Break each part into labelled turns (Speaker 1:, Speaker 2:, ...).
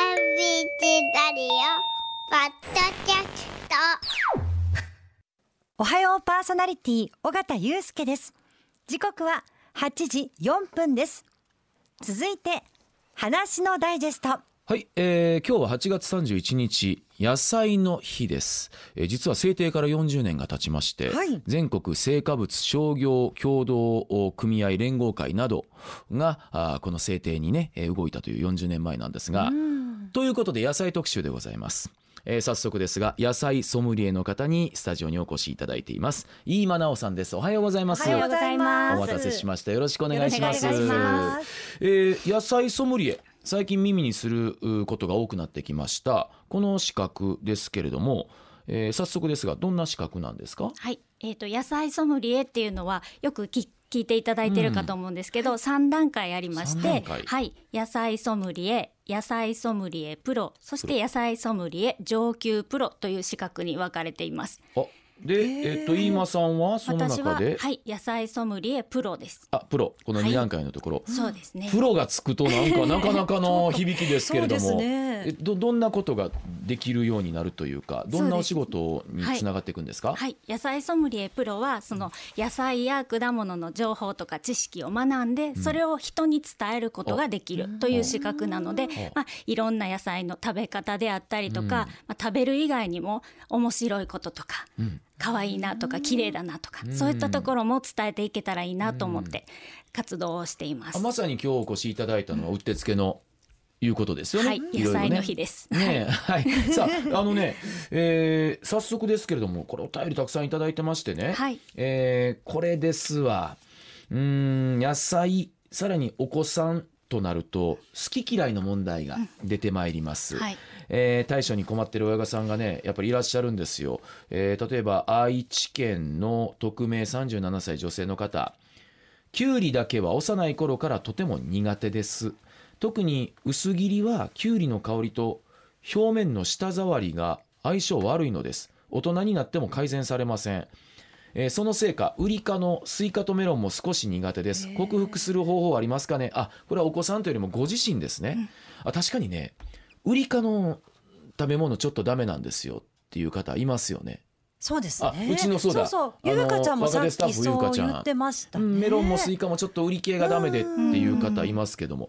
Speaker 1: チラリオポッドキャスト
Speaker 2: おはようパーソナリティ尾形祐介です時刻は8時4分です続いて話のダイジェスト
Speaker 3: はい、えー、今日は8月31日野菜の日です、えー実は制定から40年が経ちまして、
Speaker 2: はい
Speaker 3: 全国成果物商業協同組合連合会などがあーこの制定にね、えー動いたという40年前なんですが、ということで野菜特集でございます、えー早速ですが野菜ソムリエの方にスタジオにお越しいただいています飯間直さんですおはようございます
Speaker 2: おはようございます
Speaker 3: お待たせしましたよろしくお願いします
Speaker 2: よろしくお願いしま
Speaker 3: えー野菜ソムリエ最近耳にするうことが多くなってきましたこの資格ですけれども、えー早速ですがどんな資格なんですか
Speaker 4: はい、えー、と野菜ソムリエっていうのはよくき聞いていただいてるかと思うんですけど、三3段階ありまし
Speaker 3: 三段
Speaker 4: て
Speaker 3: 階、
Speaker 4: はい、野菜ソムリエ野菜ソムリエプロそして野菜ソムリエ上級プロという資格に分かれています
Speaker 3: あで、えっと飯間さんはその
Speaker 4: 私
Speaker 3: 中
Speaker 4: は、
Speaker 3: で、
Speaker 4: はい、野菜ソムリエプロです、
Speaker 3: あプロこの
Speaker 4: はい
Speaker 3: 2段階のところ、
Speaker 4: そうですね
Speaker 3: プロがつくとなんかなかなかの響きですけれど
Speaker 2: そう
Speaker 3: も、
Speaker 2: ですね
Speaker 3: えどどんなことができるようになるというかどんなお仕事に
Speaker 4: はい
Speaker 3: つながっていくんですか、
Speaker 4: はい、野菜ソムリエプロはその野菜や果物の情報とか知識を学んでそれを人に伝えることができるという資格なので、まあ、いろんな野菜の食べ方であったりとか、まあ、食べる以外にも面白いこととか。可愛いなとか綺麗だなとか、そういったところも伝えていけたらいいなと思って活動をしています。
Speaker 3: あまさに今日お越しいただいたのはうってつけのいうことですよね、
Speaker 4: はい、
Speaker 3: いろい
Speaker 4: 野
Speaker 3: ろね
Speaker 4: 菜の日です。
Speaker 3: ねえ、はい、 さあ、あのね、えー早速ですけれども、これお便りたくさんいただいてましてね。
Speaker 4: はい
Speaker 3: えーこれですわ。うーん、野菜、さらにお子さん。となると好き嫌いの問題が出てまいります、
Speaker 4: はい
Speaker 3: えー対処に困ってる親御さんがねやっぱりいらっしゃるんですよ、えー例えば愛知県の匿名37歳女性の方きゅうりだけは幼い頃からとても苦手です特に薄切りはきゅうりの香りと表面の舌触りが相性悪いのです大人になっても改善されません、えーそのせいかウリ科のスイカとメロンも少し苦手です克服する方法はありますかねあこれはお子さんというよりもご自身ですね、あ確かにねウリ科の食べ物ちょっとダメなんですよっていう方いますよね
Speaker 2: そうですね
Speaker 3: あうちのそうだ
Speaker 2: そう
Speaker 3: あ
Speaker 2: ゆ
Speaker 3: の
Speaker 2: うかちゃんもさっ
Speaker 3: 若手スタッ
Speaker 2: き
Speaker 3: フ
Speaker 2: そ
Speaker 3: ゆうか
Speaker 2: う
Speaker 3: ちゃん
Speaker 2: 言ってました
Speaker 3: う
Speaker 2: ね、
Speaker 3: んメロンもスイ
Speaker 2: イ
Speaker 3: カもちょっと売り系がダメでっていう方いますけども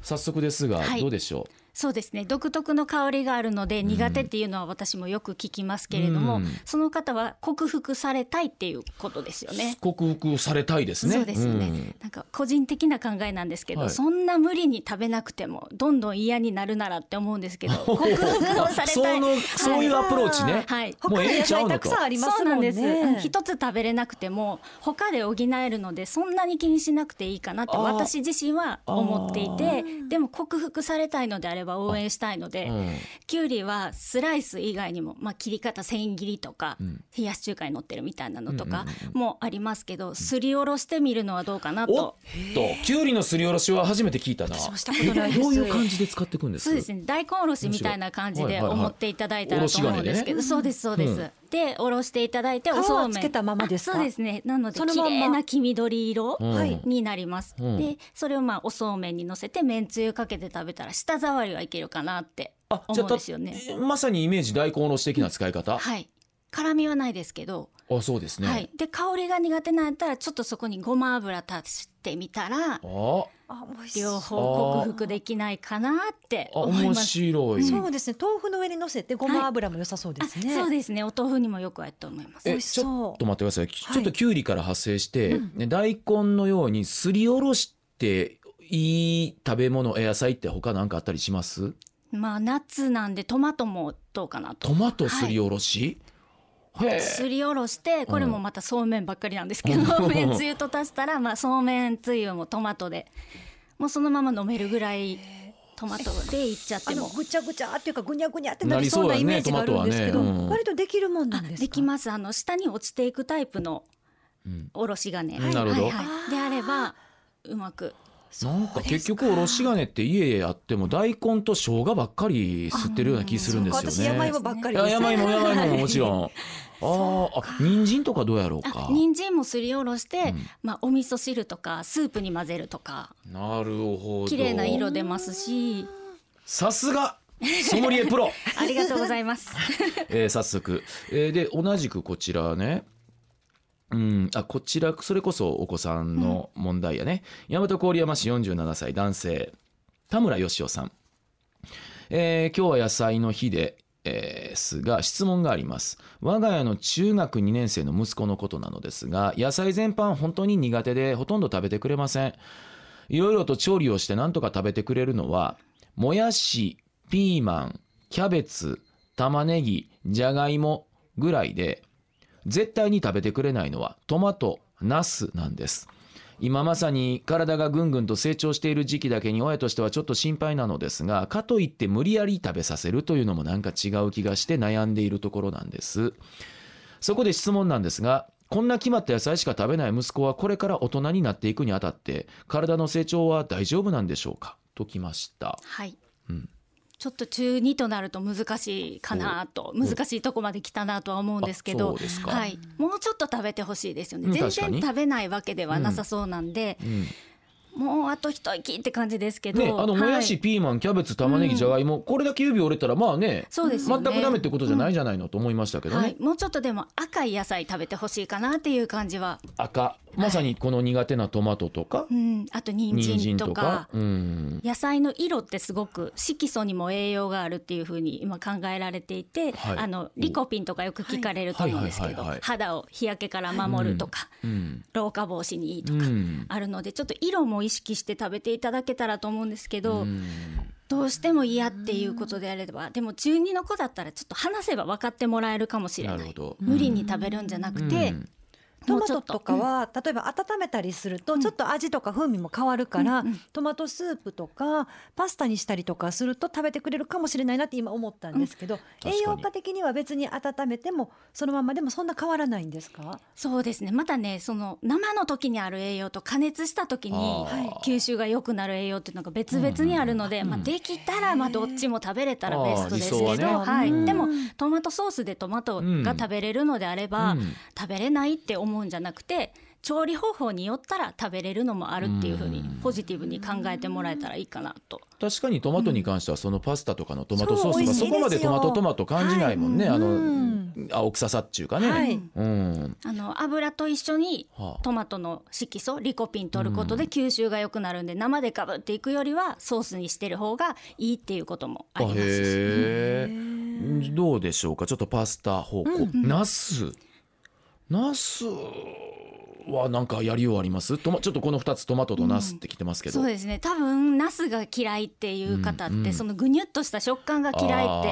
Speaker 3: 早速ですが
Speaker 4: はい
Speaker 3: どうでしょ
Speaker 4: そうですね独特の香りがあるので苦手っていうのは私もよく聞きますけれど
Speaker 3: う
Speaker 4: も、
Speaker 3: ん
Speaker 4: その方は克服されたいっていうことですよ
Speaker 3: う、
Speaker 4: ね。
Speaker 3: 克服をされたいですね
Speaker 4: そうですよね、
Speaker 3: ん
Speaker 4: なんか個人的な考えなんですけど、
Speaker 3: はい
Speaker 4: そんな無理に食べなくてもどんどん嫌になるならって思うんで すけど克服をされた
Speaker 3: そ
Speaker 4: い
Speaker 3: のそういうアプローチね、
Speaker 4: はい
Speaker 2: 他
Speaker 3: も
Speaker 2: の
Speaker 3: うええ
Speaker 2: 野
Speaker 3: んちゃ
Speaker 2: 菜
Speaker 3: うの
Speaker 2: たく
Speaker 3: と
Speaker 2: さんありま
Speaker 4: そ
Speaker 2: す
Speaker 4: うな
Speaker 2: も
Speaker 4: ん
Speaker 2: ん
Speaker 4: で
Speaker 2: ね
Speaker 4: す、一つ食べれなくても他で補えるのでそんなに気にしなくていいかなっ
Speaker 3: あ
Speaker 4: て
Speaker 3: ー
Speaker 4: 私自身は思ってい
Speaker 3: あ
Speaker 4: てでも克服されたいのであれば応援したいので、
Speaker 3: うん
Speaker 4: きゅうりはスライス以外にも、まあ、切り方千切りとか、
Speaker 3: ん
Speaker 4: 冷やし中華に乗ってるみたいなのとかもありますけど、すりおろしてみるのはどうかな
Speaker 3: おっ
Speaker 4: と。
Speaker 3: ときゅうりのすりおろしは初めて聞いたな
Speaker 2: 私もしたことないで
Speaker 3: え
Speaker 2: す
Speaker 3: どういう感じで使っていくんです
Speaker 4: そうですね大根おろしみたいな感じで思っていただいたらと思うんですけど、
Speaker 3: はいはいはいおろし金でね
Speaker 4: そうですそうです、
Speaker 3: うん
Speaker 4: でおろしていただいてお
Speaker 2: 皮
Speaker 4: そう
Speaker 2: は
Speaker 4: めん
Speaker 2: つけたままですか
Speaker 4: あそうですねなので
Speaker 2: そのまんま
Speaker 4: 綺麗な黄緑色
Speaker 3: うん
Speaker 2: はい
Speaker 4: になります、
Speaker 3: うん
Speaker 4: でそれをまあおそうめんにのせてめんつゆかけて食べたら舌触りはいけるかなって
Speaker 3: あ
Speaker 4: 思うんですよね
Speaker 3: じゃあたまさにイメージ大根おろし的な使い方、
Speaker 4: はい辛みはないですけど
Speaker 3: あそうですね、
Speaker 4: はい、で香りが苦手なんやったらちょっとそこにごま油足してみたら
Speaker 3: あ
Speaker 2: あ美味しそう
Speaker 4: 両方克服できないかなって
Speaker 3: あ
Speaker 4: 思い
Speaker 3: 面
Speaker 4: ます。
Speaker 3: 白い、
Speaker 2: そうですね豆腐の上に乗せてごま油も良さそうで
Speaker 4: あ
Speaker 2: すね、
Speaker 4: そうですねお豆腐にもよく合うと思います。
Speaker 2: 美
Speaker 3: え
Speaker 2: 味しそう
Speaker 3: ちょっと待ってください、き
Speaker 2: はい
Speaker 3: ちょっときゅうりから発生して、ね大根のようにすりおろしていい食べ物え野菜って他なんかあったりします
Speaker 4: まあ夏なんでトマトもどうかなと
Speaker 3: ト。マトすりおろし、へえ
Speaker 4: すりおろしてこれもまたそうめんばっかりなんです け
Speaker 3: うん
Speaker 4: ど、めんつゆと足したらまあそうめんつゆもトマトでもうそのまま飲めるぐらいトマトでいっちゃっ
Speaker 2: あ
Speaker 4: て
Speaker 2: の
Speaker 4: も
Speaker 2: ぐちゃぐちゃっていうかぐにゃぐにゃってなりそうな
Speaker 3: なり
Speaker 2: イ
Speaker 3: そうだね
Speaker 2: メージがあるんですけど、
Speaker 3: トマトはねうん
Speaker 2: 割とできるもんなんですか
Speaker 4: できますあの下に落ちていくタイプの
Speaker 3: うん
Speaker 4: おろし金、
Speaker 3: うんなるほど
Speaker 4: であればうまく
Speaker 3: なんか結局おろし金って家やっても大根と生姜ばっかり吸ってるような気するんで
Speaker 2: そうか
Speaker 3: す
Speaker 2: 私
Speaker 3: よ
Speaker 2: 山
Speaker 3: ね。
Speaker 2: 芋ばっか
Speaker 3: い
Speaker 2: りです
Speaker 3: や山芋山芋ももちろん。あーあ人参とかどうやろう
Speaker 4: あ
Speaker 3: か。
Speaker 4: 人参もすりおろして、
Speaker 3: うん
Speaker 4: まあ、お味噌汁とかスープに混ぜるとか
Speaker 3: なるほど。
Speaker 4: 綺麗な色出ますし
Speaker 3: さすがソムリエプロ、
Speaker 4: ありがとうございます。
Speaker 3: えー早速、えーで同じくこちらねうん、あこちらそれこそお子さんの問題やね、大和郡山市47歳男性田村義雄さん、えー今日は野菜の日で、えーすが質問があります我が家の中学2年生の息子のことなのですが野菜全般本当に苦手でほとんど食べてくれませんいろいろと調理をして何とか食べてくれるのはもやしピーマンキャベツ玉ねぎじゃがいもぐらいで絶対に食べてくれないのはトマトナスなんです今まさに体がぐんぐんと成長している時期だけに親としてはちょっと心配なのですがかといって無理やり食べさせるというのもなんか違う気がして悩んでいるところなんですそこで質問なんですがこんな決まった野菜しか食べない息子はこれから大人になっていくにあたって体の成長は大丈夫なんでしょうかときました
Speaker 4: はい。
Speaker 3: うん
Speaker 4: ちょっと中2となると難しいかなと
Speaker 3: ん
Speaker 4: 難しいとこまで来たなとは思うんです
Speaker 3: あ
Speaker 4: け
Speaker 3: そ
Speaker 4: ど
Speaker 3: うですか
Speaker 4: はい、もうちょっと食べてほしいですよ
Speaker 3: うん
Speaker 4: ね全
Speaker 3: 確かに
Speaker 4: 然食べないわけではなさそうなんで、
Speaker 3: うん
Speaker 4: もうあと一息って感じですけど、
Speaker 3: ね、あの
Speaker 4: はい
Speaker 3: もやし、ピーマンキャベツ玉ねぎじゃがいもこれだけ指折れたらまあね
Speaker 4: そうですよね
Speaker 3: 全くダメってことじゃないじゃないのと思いましたけどね、
Speaker 4: はい、もうちょっとでも赤い野菜食べてほしいかなっていう感じは、
Speaker 3: 赤まさにこの苦手なトマトとか、
Speaker 4: うん、あと人
Speaker 3: 人
Speaker 4: 参
Speaker 3: 参
Speaker 4: と
Speaker 3: と
Speaker 4: か
Speaker 3: か。うん
Speaker 4: 野菜の色ってすごく色素にも栄養があるっていうふうに今考えられていて、
Speaker 3: はい
Speaker 4: あのリコピンとかよく聞かれると思うんですけ
Speaker 3: は
Speaker 4: ど
Speaker 3: いはいはいはい
Speaker 4: 肌を日焼けから守るとか、
Speaker 3: うん
Speaker 4: 老化防止にいいと
Speaker 3: う
Speaker 4: か。
Speaker 3: ん
Speaker 4: あるのでちょっと色も意識して食べていただけたらと思うんですけど、
Speaker 3: うん
Speaker 4: どうしても嫌っていうことであればでも中二の子だったらちょっと話せば分かってもらえるかもしれない
Speaker 3: なるほど
Speaker 4: 無理に食べるんじゃなくて、
Speaker 3: うん
Speaker 2: ト
Speaker 4: も
Speaker 2: マ
Speaker 4: うちょ
Speaker 2: ト
Speaker 4: っ
Speaker 2: とかは、例えば温めたりすると、ちょっと味とか風味も変わるから、トマトスープとかパスタにしたりとかすると食べてくれるかもしれないなって今思ったんですけど、
Speaker 3: 確かに
Speaker 2: 栄養価的には別に温めてもそのままでもそんな変わらないんですか
Speaker 4: そうですねまたねその生の時にある栄養と加熱した時に
Speaker 3: あー
Speaker 4: 吸収が良くなる栄養っていうのが別々にあるので、
Speaker 3: うん
Speaker 4: まあ、できたらまあどっちも食べれたら
Speaker 3: あー
Speaker 4: ベストですけど
Speaker 3: 理
Speaker 4: は、
Speaker 3: 想はね
Speaker 4: い
Speaker 3: うん
Speaker 4: でもトマトソースでトマトが食べれるのであれば、
Speaker 3: うん
Speaker 4: 食べれないって思うんじゃなくて調理方法によったら食べれるのもあるっていうふうに
Speaker 3: うん
Speaker 4: ポジティブに考えてもらえたらいいかなと。
Speaker 3: 確かにトマトに関してはそのパスタとかのトマトソースと
Speaker 2: そ
Speaker 3: かそうこまでトマトトマト感じないもんね、
Speaker 2: はい
Speaker 3: あの、
Speaker 2: うん
Speaker 3: 青臭さっちゅうかね、
Speaker 2: はい
Speaker 3: うん
Speaker 4: あの油と一緒に
Speaker 3: はあ
Speaker 4: トマトの色素リコピン取ることで吸収が良くなるんで、生でかぶっていくよりはソースにしてる方がいいっていうこともありますし
Speaker 3: へえどうでしょうかちょっとパスタ方向、ナスナスはなんかやりようありますトマちょっとこの2つトマトとナスってきてますけど、
Speaker 4: そうですね多分ナスが嫌いっていう方って、
Speaker 3: うんうん
Speaker 4: そのぐにゅっとした食感が嫌いっ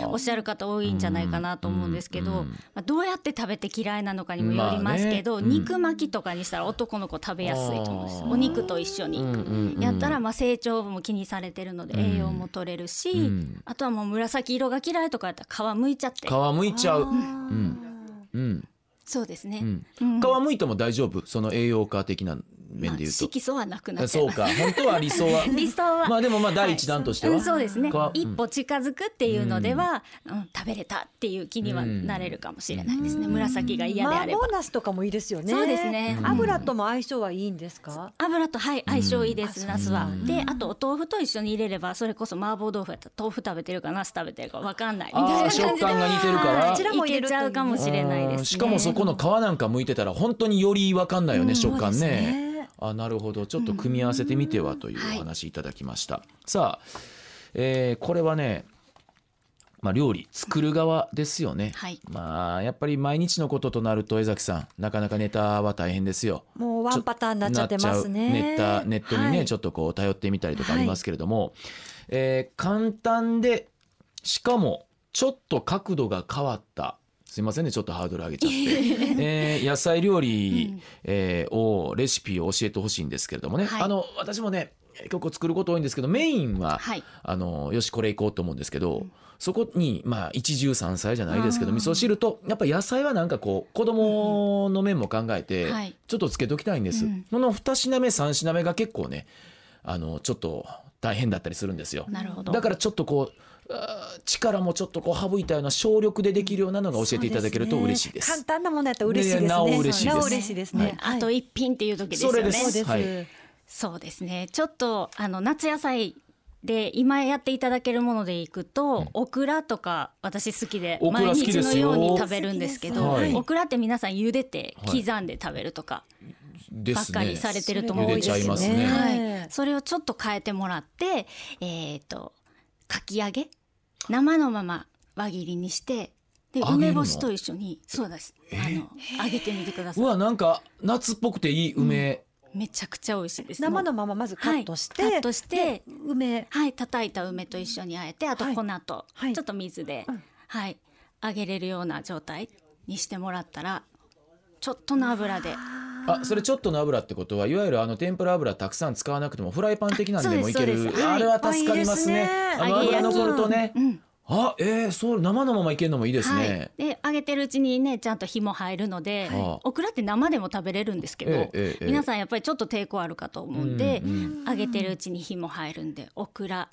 Speaker 4: ておっしゃる方多いんじゃないかなと思うんですけど、
Speaker 3: うんうん
Speaker 4: まあ、どうやって食べて嫌いなのかにもよりますけど、
Speaker 3: まあねうん
Speaker 4: 肉巻きとかにしたら男の子食べやすいと思うんです
Speaker 3: あー
Speaker 4: お肉と一緒に、
Speaker 3: うんうんうん
Speaker 4: やったらまあ成長も気にされてるので栄養も取れるし、
Speaker 3: ん
Speaker 4: あとはもう紫色が嫌いとかやったら皮むいちゃって
Speaker 3: 皮むいちゃう、
Speaker 2: うん
Speaker 3: うん
Speaker 4: そうですね、
Speaker 3: うん、
Speaker 4: うん
Speaker 3: 皮むいても大丈夫その栄養価的な面で言うと、
Speaker 4: まあ色素はなくなっちゃい
Speaker 3: そう
Speaker 4: ます
Speaker 3: か本当は理想は
Speaker 4: 理想は
Speaker 3: まあでもまあ第一弾としては、
Speaker 4: うん、そうですね
Speaker 3: か
Speaker 4: 一歩近づくっていうのでは、うん食べれたっていう気にはなれるかもしれないですね、紫が嫌であ
Speaker 2: マー
Speaker 4: れ
Speaker 2: ボ
Speaker 4: ば
Speaker 2: ーナスとかもいいですよね
Speaker 4: そうですね
Speaker 2: うん油とも相性はいいんですか
Speaker 4: 油とはい相性いいで
Speaker 2: う
Speaker 4: す、
Speaker 2: ん
Speaker 4: ナスは
Speaker 3: あそう
Speaker 4: であとお豆腐と一緒に入れればそれこそ麻婆豆腐やったら豆腐食べてるかナス食べてるかわかんないみたい
Speaker 3: あ
Speaker 4: な
Speaker 3: ー食感が似てるから
Speaker 4: はいいけちゃうかもしれないです
Speaker 3: う
Speaker 4: ね
Speaker 3: んしかもそこの皮なんか剥いてたら本当により分かんないよね、食感ね
Speaker 2: そうですね
Speaker 3: あなるほどちょっと組み合わせてみてはという
Speaker 4: はい
Speaker 3: お話いただきました、さあ、えーこれはねまあ料理作る側ですよね、
Speaker 4: はい
Speaker 3: まあやっぱり毎日のこととなると江崎さんなかなかネタは大変ですよ
Speaker 2: もうワンパターンになっちゃってますね
Speaker 3: なっちゃうネットネットにね、
Speaker 2: はい
Speaker 3: ちょっとこう頼ってみたりとかありますけれども、えー簡単でしかもちょっと角度が変わったすいませんねちょっとハードル上げちゃって、えー野菜料理、えーをレシピを教えてほしいんですけれどもね、
Speaker 4: はい
Speaker 3: あの私もね結構作ること多いんですけどメインは、
Speaker 4: はい
Speaker 3: あのよしこれいこうと思うんですけど、そこにまあ一汁三菜じゃないですけど、
Speaker 4: うん
Speaker 3: 味噌汁とやっぱ野菜はなんかこう子供の面も考えて、
Speaker 4: うんはい
Speaker 3: ちょっとつけときたいんです、
Speaker 4: うん
Speaker 3: その2品目3品目が結構ねあのちょっと大変だったりするんですよ
Speaker 4: なるほど
Speaker 3: だからちょっとこうあー力もちょっとこう省いたような省力でできるようなのが教えていただけると嬉しいです
Speaker 2: 簡単なものやったら嬉しいですね。
Speaker 3: ねなお嬉
Speaker 4: しいです
Speaker 2: なお嬉しいですね。
Speaker 4: あと
Speaker 2: はい
Speaker 4: 一品っていう時ですよ
Speaker 3: それ
Speaker 4: ね
Speaker 3: で
Speaker 2: そうです。
Speaker 3: はい
Speaker 2: は
Speaker 4: そうですねちょっとあの夏野菜で今やっていただけるものでいくと、オクラとか私好きで
Speaker 3: オクラ
Speaker 4: 毎
Speaker 3: 好き
Speaker 4: 日
Speaker 3: で
Speaker 4: の
Speaker 3: すよ
Speaker 4: ように食べるんですけど
Speaker 3: 好きですはい
Speaker 4: オクラって皆さん茹でて刻んで食べるとか
Speaker 3: で
Speaker 4: ばっ
Speaker 3: す
Speaker 4: か
Speaker 3: ね
Speaker 4: りされてると思うんです
Speaker 3: 茹でちゃい
Speaker 4: けど
Speaker 3: ますね
Speaker 4: はい、それをちょっと変えてもらってえっ、とかき揚げ生のまま輪切りにしてで
Speaker 3: 揚げるの
Speaker 4: 梅干しと一緒にそうですあの揚げてみてくださ
Speaker 3: う
Speaker 4: い
Speaker 3: わなんか夏っぽくていい梅、
Speaker 4: めちゃくちゃ美味しいです
Speaker 2: 生のまままずカットして、
Speaker 4: はいカットして
Speaker 2: で梅
Speaker 4: はい叩いた梅と一緒にあえてあと
Speaker 2: はい
Speaker 4: 粉と、
Speaker 2: はい
Speaker 4: ちょっと水で、
Speaker 2: うん
Speaker 4: はい揚げれるような状態にしてもらったらちょっとの油で
Speaker 3: あそれちょっとの油ってことはいわゆるあの天ぷら油たくさん使わなくてもフライパン的なんでもいけ
Speaker 4: そう
Speaker 3: る
Speaker 4: ですそうです
Speaker 3: あれは助かりますね
Speaker 2: あ
Speaker 3: あ
Speaker 4: いいですね
Speaker 3: の油
Speaker 4: 揚げ焼き
Speaker 3: 残るとね、
Speaker 4: うん
Speaker 3: あえー、そう生のままいけるのもいいですね、
Speaker 4: はい、で揚げてるうちにねちゃんと火も入るので、
Speaker 3: はい
Speaker 4: オクラって生でも食べれるんですけど、
Speaker 3: ええええええ
Speaker 4: 皆さんやっぱりちょっと抵抗あるかと思うんで、
Speaker 3: うん
Speaker 4: 揚げてるうちに火も入るんでオクラ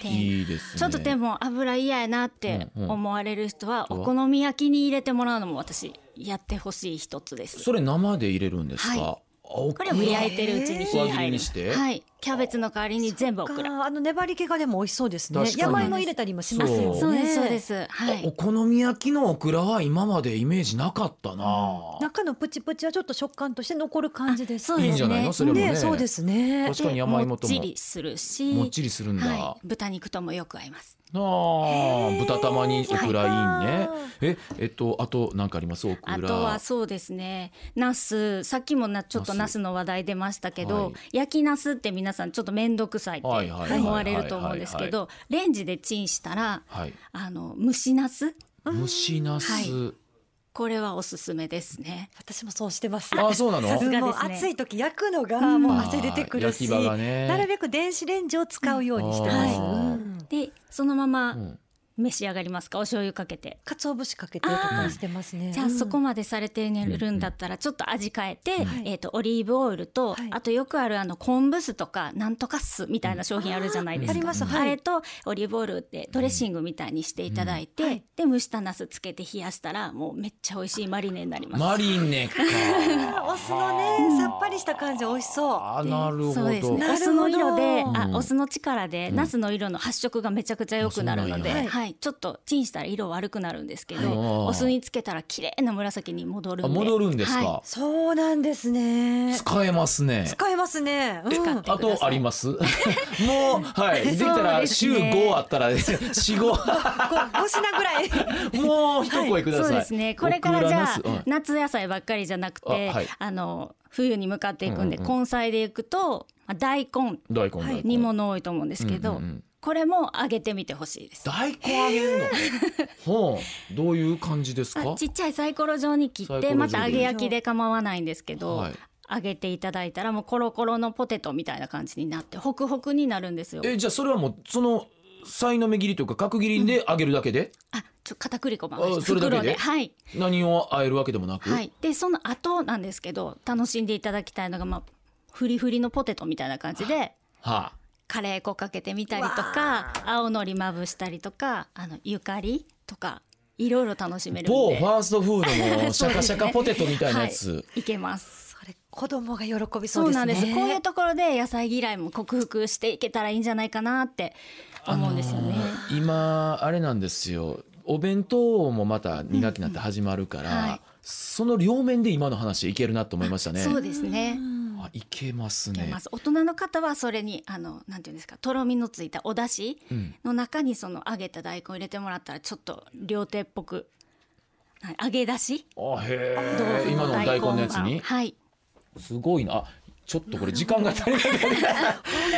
Speaker 4: 天
Speaker 3: い、いですね
Speaker 4: ちょっとでも油嫌やなって
Speaker 3: うんうん
Speaker 4: 思われる人は
Speaker 3: うん
Speaker 4: お好み焼きに入れてもらうのも私やってほしい一つです。
Speaker 3: それ生で入れるんですか、
Speaker 4: はい
Speaker 3: こ
Speaker 4: これも焼いてるうちに火
Speaker 3: 輪切
Speaker 4: 入
Speaker 3: り
Speaker 4: る
Speaker 3: にして
Speaker 4: はい、キャベツの代わりに全部オ
Speaker 2: か
Speaker 4: クラ。
Speaker 2: あの粘り気がでも美味しそうですね
Speaker 3: 確かに
Speaker 2: 山芋入れたりもしますよね
Speaker 4: そうですそうです。は
Speaker 3: お
Speaker 4: い。
Speaker 3: 好み焼きのオクラは今までイメージなかったな、
Speaker 2: 中のプチプチはちょっと食感として残る感じです
Speaker 4: あそうですねいいんじゃないの
Speaker 3: それもね
Speaker 2: そうですね
Speaker 3: 確かに山芋とも
Speaker 4: でっちりするし、
Speaker 3: もっちりするんだ、
Speaker 4: はい、豚肉ともよく合います。
Speaker 3: なあ豚玉にオクラいいね
Speaker 2: 最
Speaker 3: ええっとあと何かありますオクラ
Speaker 4: あとはそうですね、ナス、さっきもなちょっと
Speaker 3: ナ
Speaker 4: ナ
Speaker 3: ス
Speaker 4: スの話題出ましたけ
Speaker 3: は
Speaker 4: ど
Speaker 3: い、
Speaker 4: 焼きナスって皆さんちょっと面倒くさいって
Speaker 3: はいはいはいはい
Speaker 4: 思われると思うんですけど、レンジでチンしたら
Speaker 3: はい
Speaker 4: あの蒸しナス、
Speaker 3: 蒸しナス、
Speaker 4: はこれはおすすめですね。
Speaker 2: 私もそうしてます
Speaker 3: あそうなの
Speaker 4: さすが
Speaker 2: もう
Speaker 4: ですね
Speaker 2: 暑い時焼くのがもう汗出てくる
Speaker 3: あー
Speaker 2: し、
Speaker 3: 焼き場がね
Speaker 2: なるべく電子レンジを使うようにしてます、
Speaker 4: う
Speaker 3: はい
Speaker 2: うん
Speaker 4: で、そのま
Speaker 3: う
Speaker 4: ま
Speaker 3: ん
Speaker 4: 召し上がりますか、お醤油かけて。
Speaker 2: 鰹節かけてとかしてますね
Speaker 4: じゃあそこ
Speaker 2: も
Speaker 4: までされてるんだったらちょっと味変えて、
Speaker 2: ん
Speaker 4: えっとオリーブオイルと、
Speaker 2: はい
Speaker 4: あとよくあるあの昆布酢とかなんとか酢みたいな商品あるじゃないですか。
Speaker 2: ありますはい
Speaker 4: あれとオリーブオイルでドレッシングみたいにしていただいて、
Speaker 2: うんはい
Speaker 4: で蒸したナスつけて冷やしたらもうめっちゃ美味しいマリネになります。
Speaker 3: マリネか
Speaker 2: お酢のねさっぱりした感じ美味しそう
Speaker 3: あ
Speaker 4: で
Speaker 3: なるほ
Speaker 4: そうです
Speaker 3: ど、
Speaker 4: ね、
Speaker 2: な
Speaker 4: お
Speaker 2: る
Speaker 4: 酢
Speaker 2: ほど
Speaker 4: の色で、
Speaker 3: う
Speaker 4: あ
Speaker 3: ん
Speaker 4: お酢の力で、
Speaker 3: うん
Speaker 4: ナスの色の発色がめちゃくちゃ良くなるので、
Speaker 3: あそう
Speaker 2: なんや
Speaker 4: はい、ちょっとチンしたら色悪くなるんですけど、
Speaker 3: はい
Speaker 4: お酢につけたら綺麗な紫に戻る
Speaker 3: あ
Speaker 4: んで
Speaker 3: 戻るんですか、
Speaker 4: は
Speaker 2: そうなんですね
Speaker 3: 使えますね
Speaker 2: 使えますね、うん
Speaker 4: 使って
Speaker 3: あとありますも うはいできた
Speaker 4: そう
Speaker 3: ら
Speaker 4: です
Speaker 3: 週
Speaker 4: ね
Speaker 3: 5あった らです四五
Speaker 2: ごご品ぐらい
Speaker 3: もう一声ください、
Speaker 4: そうですねこれからじゃあ
Speaker 3: オクラナスうん
Speaker 4: 夏野菜ばっかりじゃなくて
Speaker 3: あ
Speaker 4: あ、
Speaker 3: はい
Speaker 4: の冬に向かっていくんで、
Speaker 3: うんうん
Speaker 4: 根菜でいくとまあ大根
Speaker 3: 大根、
Speaker 2: はい
Speaker 3: 大根
Speaker 4: 煮物多いと思うんですけど、
Speaker 3: うんうんうん
Speaker 4: これも揚げてみてほしいです。
Speaker 3: 大根あげるの、ほうどういう感じです
Speaker 4: あ
Speaker 3: か
Speaker 4: ちっちゃいサイコロ状に切
Speaker 3: サイ
Speaker 4: っ
Speaker 3: コロ
Speaker 4: て
Speaker 3: 状
Speaker 4: また揚げ焼きで構わないんですけど、
Speaker 3: はい
Speaker 4: 揚げていただいたらもうコロコロのポテトみたいな感じになってホクホクになるんですよ。
Speaker 3: えじゃあそれはもうそのさいの目切りというか角切りで揚げるだけで、
Speaker 4: あちょ片栗粉ま
Speaker 3: あそれだけで
Speaker 4: 袋ではい
Speaker 3: 何をあえるわけでもなく、
Speaker 4: はい、でその後なんですけど楽しんでいただきたいのが、まあ、フリフリのポテトみたいな感じで
Speaker 3: はあ
Speaker 4: カレー粉かけてみたりとか青のりまぶしたりとかあのゆかりとかいろいろ楽しめるん
Speaker 3: 某
Speaker 4: で
Speaker 3: ファーストフードのシ
Speaker 4: そ
Speaker 3: ャ
Speaker 4: うですね
Speaker 3: カシャカポテトみたいなやつ、
Speaker 4: はい、いけます
Speaker 2: それ子供が喜び
Speaker 4: そ
Speaker 2: そう
Speaker 4: う
Speaker 2: です
Speaker 4: なん
Speaker 2: ね
Speaker 4: ですこういうところで野菜嫌いも克服していけたらいいんじゃないかなって思うんですよね。
Speaker 3: あのー今あれなんですよお弁当もまた2学期になって始まるから、
Speaker 4: うんうんはい
Speaker 3: その両面で今の話いけるなと思いましたね
Speaker 4: そうですね
Speaker 3: あいけます
Speaker 4: い
Speaker 3: ね
Speaker 4: けます大人の方はそれにあのなんていうんですかとろみのついたお出汁
Speaker 3: うん
Speaker 4: の中にその揚げた大根を入れてもらったらちょっと料亭っぽく、はい、揚げ出し
Speaker 3: あ
Speaker 4: 豆
Speaker 3: へえ
Speaker 4: 腐
Speaker 3: 今の大根のやつに
Speaker 4: はい
Speaker 3: すごいな。あちょっとこれ時間が 足りなかった。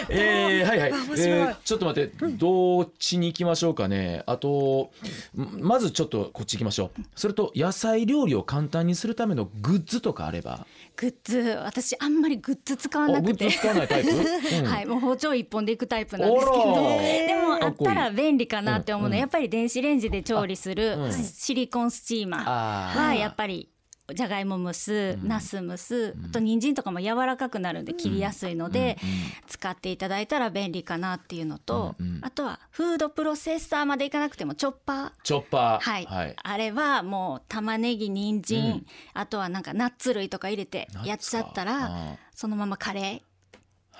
Speaker 3: えー、はいはい。え
Speaker 2: わ面白い
Speaker 3: ーちょっと待って、どっちに行きましょうかね。あと、んまずちょっとこっち行きましょう。それと、野菜料理を簡単にするためのグッズとかあれば。
Speaker 4: グッズ私あんまりグッズ使わ
Speaker 3: あ
Speaker 4: な
Speaker 3: グ
Speaker 4: く
Speaker 3: ッ
Speaker 4: て
Speaker 3: ズ使わないタイ プ、うん
Speaker 4: はい、もう包丁一本でいくタイプなんですけど
Speaker 3: あら
Speaker 4: でも
Speaker 3: か
Speaker 4: あ
Speaker 3: っ
Speaker 4: っ
Speaker 3: こいい
Speaker 4: たら便利かなって思うの
Speaker 3: うんう
Speaker 4: は
Speaker 3: ん
Speaker 4: やっぱり電子レンジで調理する
Speaker 3: あうん
Speaker 4: シリコンスチーマ
Speaker 3: あ
Speaker 4: ー
Speaker 3: ー
Speaker 4: はやっぱりじゃがいも蒸す、
Speaker 3: うん
Speaker 4: ナス蒸すあと人参とかも柔らかくなるんで切りやすいので
Speaker 3: うんうん
Speaker 4: 使っていただいたら便利かなっていうのと
Speaker 3: うんうん
Speaker 4: あとはフードプロセッサーまでいかなくてもチョッパー。
Speaker 3: チョッパー。
Speaker 4: はい、あれはもう玉ねぎ人参、
Speaker 3: うん
Speaker 4: あとはなんかナッツ類とか入れてやっちゃったら
Speaker 3: あ
Speaker 4: そのままカレ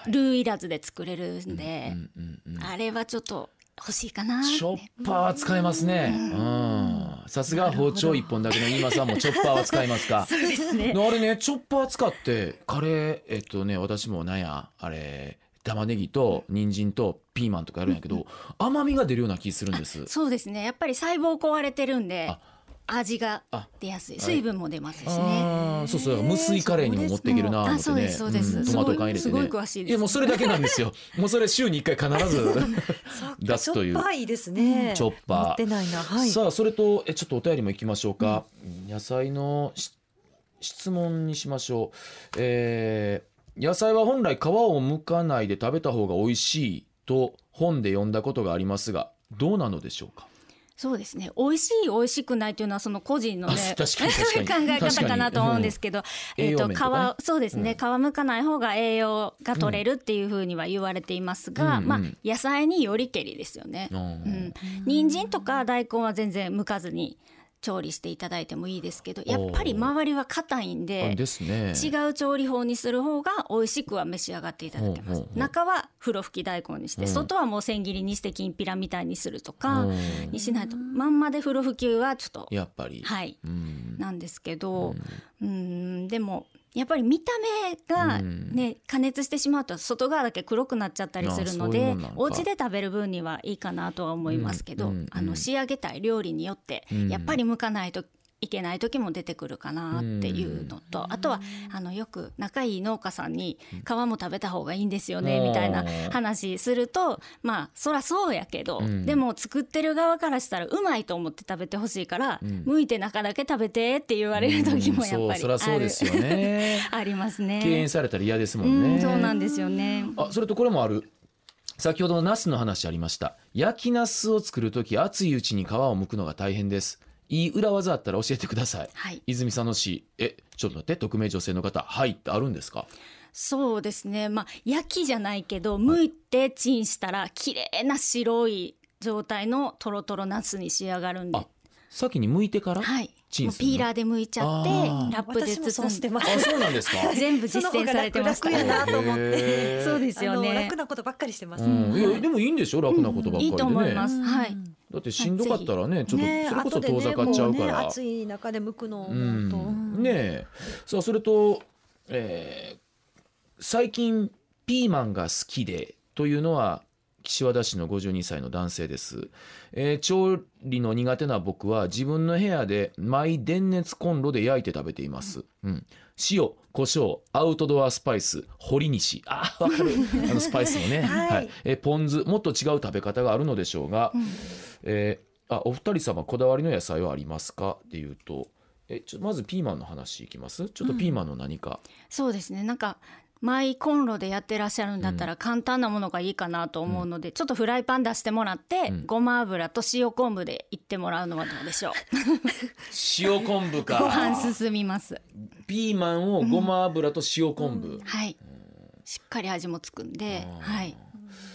Speaker 4: ールーいらずで作れるんで、
Speaker 3: うんうんうん
Speaker 4: あれはちょっと欲しいかな。
Speaker 3: チョッパー使いますね。うん。さすが包丁一本だけの今さんもチョッパーは使いますか。
Speaker 4: そうで すね。
Speaker 3: あれね、チョッパー使って、カレー、えっとね、私もなんや、あれ、玉ねぎと人参とピーマンとかやるんやけど、甘みが出るような気するんです。
Speaker 4: そうですね。やっぱり細胞壊れてるんで
Speaker 3: あ、
Speaker 4: 味が
Speaker 3: あ
Speaker 4: 出やすい。
Speaker 3: はい
Speaker 4: 水分も出ますしね。
Speaker 3: あーそうそう、無水カレーにも持っていけるなと思ってね。
Speaker 4: そうですもんあそうですそうです
Speaker 3: んトマト缶入れてね。
Speaker 4: すごいすごい詳しいです
Speaker 3: や、もうそれだけなんですよ。もうそれ週に一回必ず出すという
Speaker 2: チョッパーいいですね。
Speaker 3: チョッパー
Speaker 2: 持ってないな。はい。
Speaker 3: さあそれとえちょっとお便りも行きましょうか、野菜のし質問にしましょう、えー野菜は本来皮を剥かないで食べた方が美味しいと本で読んだことがありますがどうなのでしょうか
Speaker 4: そうですね。美味しい美味しくないというのはその個人のね
Speaker 3: あ、確かに確かに
Speaker 4: 考え方かなと思うんですけど、
Speaker 3: うん
Speaker 4: えっ、
Speaker 3: 栄養
Speaker 4: と
Speaker 3: 面とかね
Speaker 4: 皮そうですね、皮むかない方が栄養が取れるっていうふうには言われていますが、
Speaker 3: うんうん
Speaker 4: まあ野菜によりけりですよね。
Speaker 3: うん
Speaker 4: うん、人参とか大根は全然剥かずに調理していただいてもいいですけどやっぱり周りは硬いん
Speaker 3: あ
Speaker 4: で
Speaker 3: ですね
Speaker 4: 違う調理法にする方が美味しくは召し上がっていただけま
Speaker 3: ほう
Speaker 4: す
Speaker 3: ほうほう
Speaker 4: 中は風呂吹き大根にして
Speaker 3: うん
Speaker 4: 外はもう千切りにしてきんぴらみたいにすると
Speaker 3: う
Speaker 4: か
Speaker 3: ん
Speaker 4: にしないとまんまで風呂吹きはちょっと
Speaker 3: やっぱり、
Speaker 4: はい
Speaker 3: うん
Speaker 4: なんですけどうんでもやっぱり見た目が
Speaker 3: うん
Speaker 4: ね加熱してしまうと外側だけ黒くなっちゃったりするの
Speaker 3: あそういうも
Speaker 4: で
Speaker 3: んなのか
Speaker 4: お家で食べる分にはいいかなとは思いますけ
Speaker 3: う
Speaker 4: ど
Speaker 3: んうん
Speaker 4: あの仕上げたい料理によって
Speaker 3: うん
Speaker 4: やっぱり向かないといけない時も出てくるかなっていうのとあとはあのよく仲いい農家さんに皮も食べた方がいいんですよね
Speaker 3: うん
Speaker 4: みたいな話するとまあそらそうやけど
Speaker 3: うん
Speaker 4: でも作ってる側からしたらうまいと思って食べてほしいから
Speaker 3: うん
Speaker 4: 剥いて中だけ食べてって言われる時もやっぱ
Speaker 3: うんそう
Speaker 4: り
Speaker 3: そりゃそうですよね
Speaker 4: ありますね。
Speaker 3: 敬遠されたら嫌ですも
Speaker 4: うん
Speaker 3: ね、
Speaker 4: ん、そうなんですよね。
Speaker 3: あそれとこれもある先ほどの茄子の話ありました焼き茄子を作るとき熱いうちに皮を剥くのが大変ですいい裏技あったら教えてください
Speaker 4: はい、
Speaker 3: 泉さんの詩えちょっと待って匿名女性の方はいってあるんですか
Speaker 4: そうですね。まあ焼きじゃないけど剥いてチンしたら綺麗な白い状態のトロトロナスに仕上がるんで
Speaker 3: あ、先に剥いてから、
Speaker 4: はい。
Speaker 3: チン
Speaker 4: もう
Speaker 3: するの
Speaker 4: ピーラーで剥いちゃって
Speaker 3: あ
Speaker 4: ラ
Speaker 3: ー
Speaker 4: ップで
Speaker 2: 私もそうし
Speaker 4: 包
Speaker 2: て
Speaker 4: んで
Speaker 2: ます。
Speaker 3: あそうなんですか
Speaker 4: 全部実践されてまし
Speaker 2: そ
Speaker 4: た。
Speaker 2: の方が楽楽やなと思って
Speaker 3: へー
Speaker 4: そうですよ
Speaker 2: あの
Speaker 4: ね
Speaker 2: 楽。なことばっかりしてます。
Speaker 3: うん、いやでもいいんでしょ楽なことばっかりでね、
Speaker 4: いいと思います。はい。
Speaker 3: だってしんどかったらねちょっと
Speaker 2: ね
Speaker 3: それこそ
Speaker 2: 後でね
Speaker 3: 遠ざかっちゃうから、
Speaker 2: もね暑い中で剥くの、
Speaker 3: うん
Speaker 2: 本当
Speaker 3: ねえさあそれと、えー最近ピーマンが好きでというのは岸和田市の52歳の男性です、えー調理の苦手な僕は自分の部屋でマイ電熱コンロで焼いて食べています、うん、塩胡椒アウトドアスパイス堀西あわかるあのスパイスの ね、
Speaker 2: はい
Speaker 3: えーポン酢もっと違う食べ方があるのでしょうが、えーあお二人様こだわりの野菜はありますかっていうとえちょまずピーマンの話いきますちょっとピーマンの何か、
Speaker 4: そうですねなんかマイコンロでやってらっしゃるんだったら簡単なものがいいかなと思うので、ちょっとフライパン出してもらって、
Speaker 3: うん
Speaker 4: ごま油と塩昆布でいってもらうのはどうでしょう
Speaker 3: 塩昆布か
Speaker 4: ご飯進みます
Speaker 3: ピーマンをごま油と塩昆布、
Speaker 4: はいしっかり味もつくんで
Speaker 3: うん
Speaker 4: はい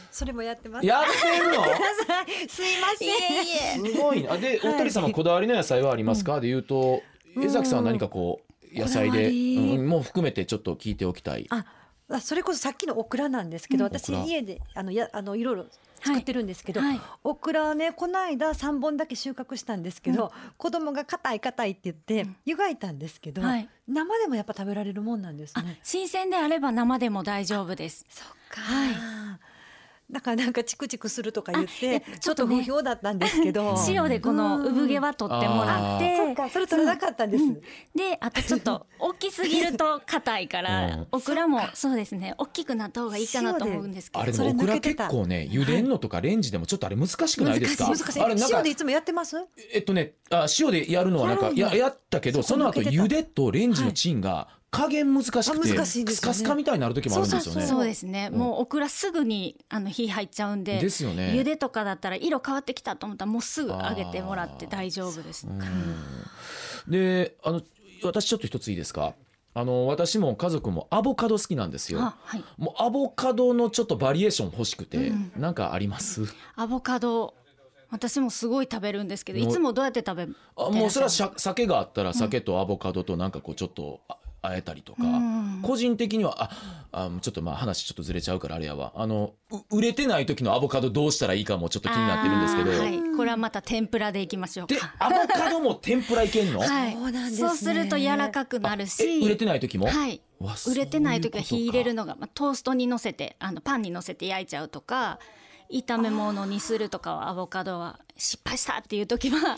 Speaker 2: それもやってます。
Speaker 3: やってんの
Speaker 2: すいません。
Speaker 3: すごいなでお二人様こだわりの野菜はありますか、で言うと江崎さんは何かこう野菜
Speaker 2: こだ
Speaker 3: で、
Speaker 2: わり
Speaker 3: うんもう含めてちょっと聞いておきたい
Speaker 2: あ、あそれこそさっきのオクラなんですけど、
Speaker 3: うん
Speaker 2: 私
Speaker 3: オクラ
Speaker 2: 家であのやあのいろいろ作ってるんですけど、
Speaker 4: はい
Speaker 2: オクラはねこの間三本だけ収穫したんですけど、子供が硬い硬いって言って湯がいたんですけど、
Speaker 4: はい
Speaker 2: 生でもやっぱ食べられるもんなんです
Speaker 4: あ
Speaker 2: ね。
Speaker 4: 新鮮であれば生でも大丈夫です
Speaker 2: そっか。
Speaker 4: はい
Speaker 2: だからなんかチクチクするとか言っ
Speaker 4: あいや
Speaker 2: てち
Speaker 4: ち
Speaker 2: ょ
Speaker 4: ょ
Speaker 2: っと
Speaker 4: っとね
Speaker 2: 不評だったんですけ ど。
Speaker 4: 塩でこの産毛は取ってもらって、
Speaker 2: そっかそれ取れなかったんです。
Speaker 4: であとちょっと大きすぎると硬いか
Speaker 3: う
Speaker 4: ら
Speaker 3: ん
Speaker 4: オクラもそうですね大きくなった方がいいかなと思うんですけど
Speaker 3: あれで
Speaker 2: そ
Speaker 3: も
Speaker 2: れ
Speaker 3: オク
Speaker 2: 抜
Speaker 3: ラ
Speaker 2: けて
Speaker 3: 結
Speaker 2: た
Speaker 3: 構ね茹でんのとかレンジでもちょっとあれ難しくないですか
Speaker 2: 難しい
Speaker 3: あれなんか
Speaker 2: 塩でいつもやってます？
Speaker 3: えっとねあ塩でやるのはなんか
Speaker 2: やるんだ
Speaker 3: ややったけど
Speaker 2: そ
Speaker 3: そ
Speaker 2: こ抜
Speaker 3: の
Speaker 2: け
Speaker 3: 後
Speaker 2: てた
Speaker 3: 茹でとレンジのチンが加減難しくて、
Speaker 2: あ難しいんですよね
Speaker 3: スカスカみたいになる時もあるんですよね。
Speaker 4: そうですね、
Speaker 3: うん
Speaker 4: もうオクラすぐにあの火入っちゃうんで
Speaker 3: ですよね
Speaker 4: 茹でとかだったら色変わってきたと思ったらもうすぐ揚げてもらって大丈夫です、
Speaker 3: うんであの私ちょっと一ついいですかあの私も家族もアボカド好きなんですよ
Speaker 4: あ。はい
Speaker 3: もうアボカドのちょっとバリエーション欲しくて、なんかあります
Speaker 4: アボカド私もすごい食べるんですけど
Speaker 3: の
Speaker 4: いつもどうやって食べてらっしゃ
Speaker 3: あ
Speaker 4: る
Speaker 3: もうそれはしゃ酒があったら酒とアボカドとなんかこうちょっとあ会えたりとか、
Speaker 4: うん
Speaker 3: 個人的にはああちょっとまあ話ちょっとずれちゃうからあれやわあのう売れてない時のアボカドどうしたらいいかもちょっと気になってるんですけど、
Speaker 4: あーはい、これはまた天ぷらでいきましょう
Speaker 3: で
Speaker 4: か。
Speaker 3: アボカドも天ぷらいけんの、
Speaker 4: はい、
Speaker 2: そうなんですね
Speaker 4: そうすると柔らかくなる
Speaker 3: え
Speaker 4: し、
Speaker 3: 売れてない時も、
Speaker 4: はい、
Speaker 3: わ
Speaker 4: 売れてない時は
Speaker 3: そう
Speaker 4: 火
Speaker 3: うこと
Speaker 4: 入
Speaker 3: か
Speaker 4: れるのが、まあ、トーストにのせてあのパンにのせて焼いちゃうとか炒め物にするとかはアボカドは失敗したっていう時は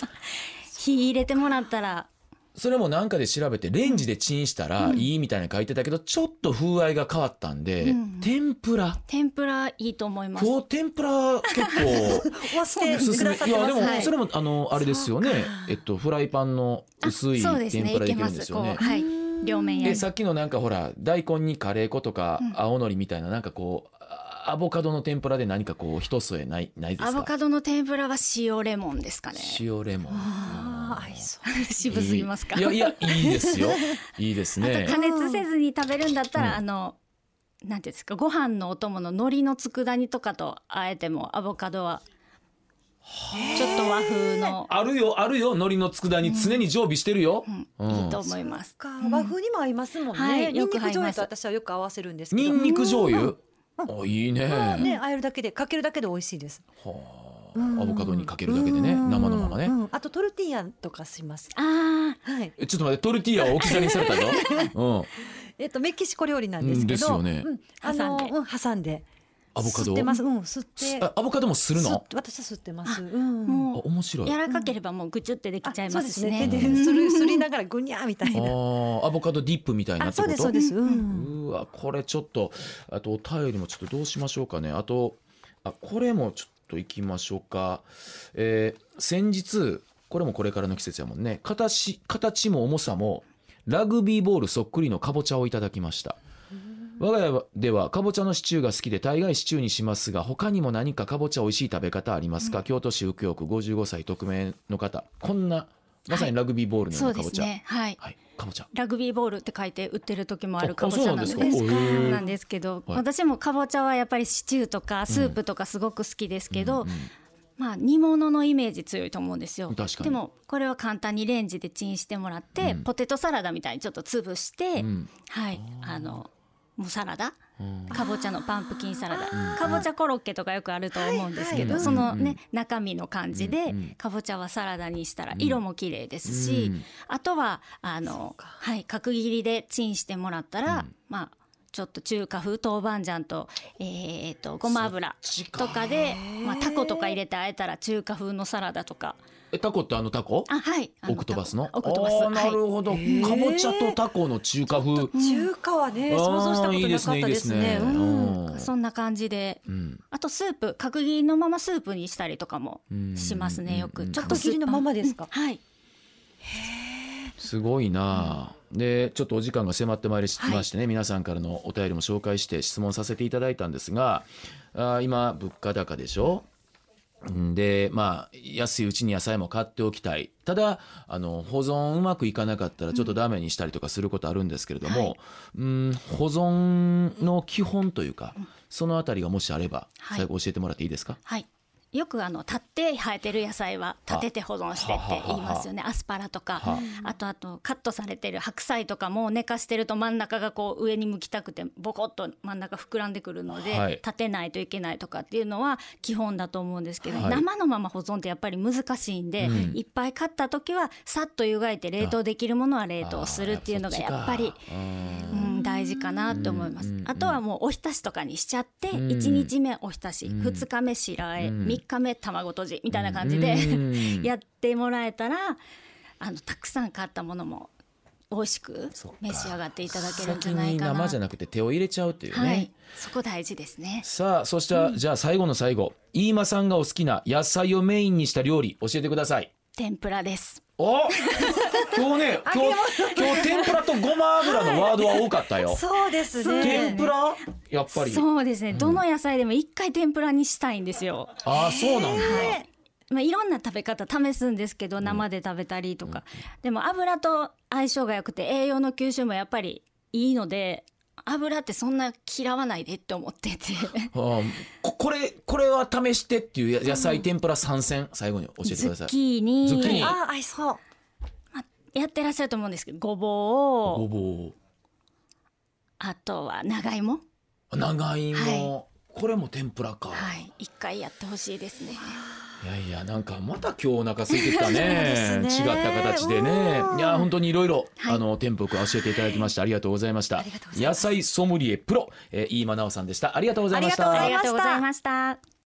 Speaker 4: 火入れてもらったら
Speaker 3: それもなんかで調べてレンジでチンしたらいいみたいなの書いてたけど、ちょっと風合いが変わったんで、
Speaker 4: うん
Speaker 3: 天ぷら
Speaker 4: 天ぷらいいと思います。
Speaker 3: 今日天ぷら結構
Speaker 2: 押して くださって
Speaker 3: いや
Speaker 2: ま
Speaker 3: ですも
Speaker 2: はい
Speaker 3: それもあのあれですよね
Speaker 2: そうか
Speaker 3: えっとフライパンの
Speaker 4: あ
Speaker 3: 薄い
Speaker 4: そうですね
Speaker 3: 天ぷらできるんですよ
Speaker 4: い
Speaker 3: ね
Speaker 4: けますこうはい、両面
Speaker 3: で
Speaker 4: 焼いて
Speaker 3: さっきのなんかほら大根にカレー粉とか
Speaker 4: うん
Speaker 3: 青のりみたいななんかこうあアボカドの天ぷらで何かこう一添えないないですか
Speaker 4: アボカドの天ぷらは塩レモンですかね。
Speaker 3: 塩レモン
Speaker 2: あー合いそう
Speaker 4: 渋すぎますか。
Speaker 3: いやいやいいですよいいですね
Speaker 4: 加熱せずに食べるんだったら、
Speaker 3: うん
Speaker 4: あのなんていうんですかご飯のお供の海苔の佃煮とかとあえてもアボカドはちょっと和風の、
Speaker 3: あるよあるよ海苔の佃煮常に常備してるよ、
Speaker 4: うんいいと思います。
Speaker 2: か
Speaker 4: うん
Speaker 2: 和風にも合いますもん
Speaker 4: は
Speaker 2: ねニ
Speaker 4: い
Speaker 2: ンニ
Speaker 4: よ
Speaker 2: ク
Speaker 4: く合います
Speaker 2: 醤油と私はよく合わせるんですけ
Speaker 3: ニ
Speaker 2: ど
Speaker 3: ンニク醤油おいいね、
Speaker 2: ね和えるだけでかけるだけで美味しいです
Speaker 3: は
Speaker 2: うん
Speaker 3: あ、アボカドにかけるだけでね
Speaker 2: うん
Speaker 3: 生のままね、
Speaker 2: うんあとトルティーヤとかします
Speaker 4: あ
Speaker 2: はい
Speaker 3: えちょっと待ってトルティーヤは大きさにされたぞ、うん、
Speaker 2: えっとメキシコ料理なんですけど
Speaker 3: うんですよね
Speaker 2: うんあの
Speaker 4: 挟んで
Speaker 2: うん挟んで
Speaker 3: アボカド
Speaker 2: 吸ってますうん吸っ
Speaker 3: す
Speaker 2: て
Speaker 3: あアボカドもする
Speaker 2: 吸
Speaker 3: の
Speaker 2: っ私は吸ってますう
Speaker 4: あ
Speaker 2: ん
Speaker 3: あ
Speaker 4: もう
Speaker 3: 面白い
Speaker 4: 柔
Speaker 3: あ
Speaker 4: らかければもうぐちゅってできちゃいますし
Speaker 2: あそう
Speaker 4: ね。
Speaker 2: ですね手ですりすりながらぐにゃーみたいな
Speaker 3: ーアボカドディップみたいな
Speaker 2: あ
Speaker 3: って
Speaker 2: そう
Speaker 3: こ
Speaker 2: です
Speaker 3: と
Speaker 2: そうですうん
Speaker 3: うわこれちょっとあとお便りもちょっとどうしましょうかねあとあこれもちょっといきましょうか、えー先日これもこれからの季節やもんね形形も重さもラグビーボールそっくりのかぼちゃをいただきました我が家はではかぼちゃのシチューが好きで大概シチューにしますが他にも何かかぼちゃ美味しい食べ方ありますか、京都市右京区55歳匿名の方こんなまさにラグビーボールのよ
Speaker 4: そうう
Speaker 3: なか
Speaker 4: で
Speaker 3: ぼ
Speaker 4: す
Speaker 3: ちゃ、
Speaker 4: ね。はい。
Speaker 3: はいかぼちゃ
Speaker 4: ラグビーボールって書いて売ってる時もある
Speaker 3: あ
Speaker 4: かぼちゃなんです
Speaker 3: そうなんですかへえ
Speaker 4: なんですけど、
Speaker 3: はい
Speaker 4: 私もかぼちゃはやっぱりシチューとかスープとかすごく好きですけど、
Speaker 3: うんうん
Speaker 4: まあ、煮物のイメージ強いと思うんですよ
Speaker 3: 確かに
Speaker 4: でもこれは簡単にレンジでチンしてもらって、
Speaker 3: うん
Speaker 4: ポテトサラダみたいにちょっと潰して、
Speaker 3: うん
Speaker 4: はいあのもうサラダ
Speaker 3: うん
Speaker 4: かぼちゃのパンプキンサラ
Speaker 3: あー
Speaker 4: ダかぼちゃコロッケとかよくあると思うんですけ
Speaker 2: はい
Speaker 4: ど、
Speaker 2: はい
Speaker 4: そのね、
Speaker 3: うん
Speaker 4: 中身の感じ
Speaker 3: う
Speaker 4: で、
Speaker 3: んうん
Speaker 4: かぼちゃはサラダにしたら
Speaker 3: ん
Speaker 4: 色も綺麗ですし、
Speaker 3: うん
Speaker 4: あとはあの、はい、角切りでチンしてもらったら、
Speaker 3: うん
Speaker 4: まあちょっと中華風豆板醤と,、えー、とごま油
Speaker 3: そっちか
Speaker 4: とかでまあ、タコとか入れてあえたら中華風のサラダとか
Speaker 3: えタコってあのタコ
Speaker 4: あはいあの
Speaker 3: オクトバスの
Speaker 4: タコオクトバス
Speaker 3: あーなるほど、
Speaker 2: へー
Speaker 3: かぼちゃとタコの中華風
Speaker 2: 中華はね想像した
Speaker 3: あ
Speaker 2: こ
Speaker 3: ーい
Speaker 2: と
Speaker 3: い
Speaker 2: なかったですね
Speaker 3: う
Speaker 2: うん
Speaker 4: はい、
Speaker 3: ん
Speaker 4: そんな感じで
Speaker 3: うん
Speaker 4: あとスープ角切りのままスープにしたりとかもしますねよ
Speaker 3: う
Speaker 4: く
Speaker 3: ん
Speaker 4: ちょっ
Speaker 2: 角
Speaker 4: と
Speaker 2: 切りのままですか
Speaker 4: はい
Speaker 3: すごいなあ、でちょっとお時間が迫ってまいり
Speaker 4: はい
Speaker 3: ましてね、皆さんからのお便りも紹介して質問させていただいたんですがあー今物価高でしょうんでまあ安いうちに野菜も買っておきたいただあの保存うまくいかなかったらちょっとダメにしたりとかすることあるんですけれども、うん保存の基本というか、そのあたりがもしあれば、
Speaker 4: はい
Speaker 3: 最後教えてもらっていいですか
Speaker 4: はいよくあの立って生えてる野菜は立てて保存してって言いますよねアスパラと
Speaker 3: は
Speaker 4: かあとあとカットされてる白菜とかも寝かしてると真ん中がこう上に向きたくてボコッと真ん中膨らんでくるので、
Speaker 3: はい
Speaker 4: 立てないといけないとかっていうのは基本だと思うんですけど、
Speaker 3: はい
Speaker 4: 生のまま保存ってやっぱり難しいんで、
Speaker 3: うん
Speaker 4: いっぱい買った時はさっと湯がいて冷凍できるものは冷凍するっていうのがやっぱりうん、大事かなと思います、
Speaker 3: うんうん
Speaker 4: あとはもうおひたしとかにしちゃって、
Speaker 3: うん
Speaker 4: 1日目おひたし、
Speaker 3: うん
Speaker 4: 2日目白あえ、
Speaker 3: うん
Speaker 4: 3日目卵とじみたいな感じ
Speaker 3: で
Speaker 4: で、やってもらえたらあのたくさん買ったものも美味しく
Speaker 3: そっか
Speaker 4: 召し上がっていただけるんじゃないか
Speaker 3: 先に
Speaker 4: な
Speaker 3: 生じゃなくて手を入れちゃうっていうね、
Speaker 4: はい、そこ大事ですね
Speaker 3: さあそしたら、じゃあ最後の最後飯間さんがお好きな野菜をメインにした料理教えてください
Speaker 4: 天ぷらです
Speaker 3: お 今日ね今日今日天ぷらとごま油のワードは多かったよ
Speaker 2: そうですね
Speaker 3: 天ぷらやっぱり
Speaker 4: そうですね、どの野菜でも一回天ぷらにしたいんですよ
Speaker 3: ああそうなんだ、
Speaker 4: まあ、いろんな食べ方試すんですけど生で食べたりとか、でも油と相性が良くて栄養の吸収もやっぱりいいので油ってそんな嫌わないでって思ってて
Speaker 3: ああここれこれは試してっていうや野菜天ぷら参戦最後に教えてく
Speaker 4: ズ
Speaker 3: ださ
Speaker 4: ッ
Speaker 3: い
Speaker 4: キーニ
Speaker 3: ズッキーニ
Speaker 2: あー合いそう
Speaker 4: やってらっしゃると思うんですけどご
Speaker 3: ご
Speaker 4: ぼう
Speaker 3: ぼう
Speaker 4: あとは長芋
Speaker 3: 長芋、
Speaker 4: は
Speaker 3: これも天ぷらか、
Speaker 4: はい一回やってほしいですね
Speaker 3: い、やいやなんかまた今日お腹空いてきた
Speaker 2: そう
Speaker 3: ね
Speaker 2: ですね
Speaker 3: 違った形でね
Speaker 2: うん
Speaker 3: いや本当にいろいろ
Speaker 4: はい
Speaker 3: あの店舗教えていただきましてありがとうございました
Speaker 4: りがとうござい
Speaker 3: 野
Speaker 4: ます
Speaker 3: 菜ソムリエプロ、えー、飯間奈緒さんでしたありがとうございました
Speaker 2: ありがとうございました
Speaker 4: ありがとうございました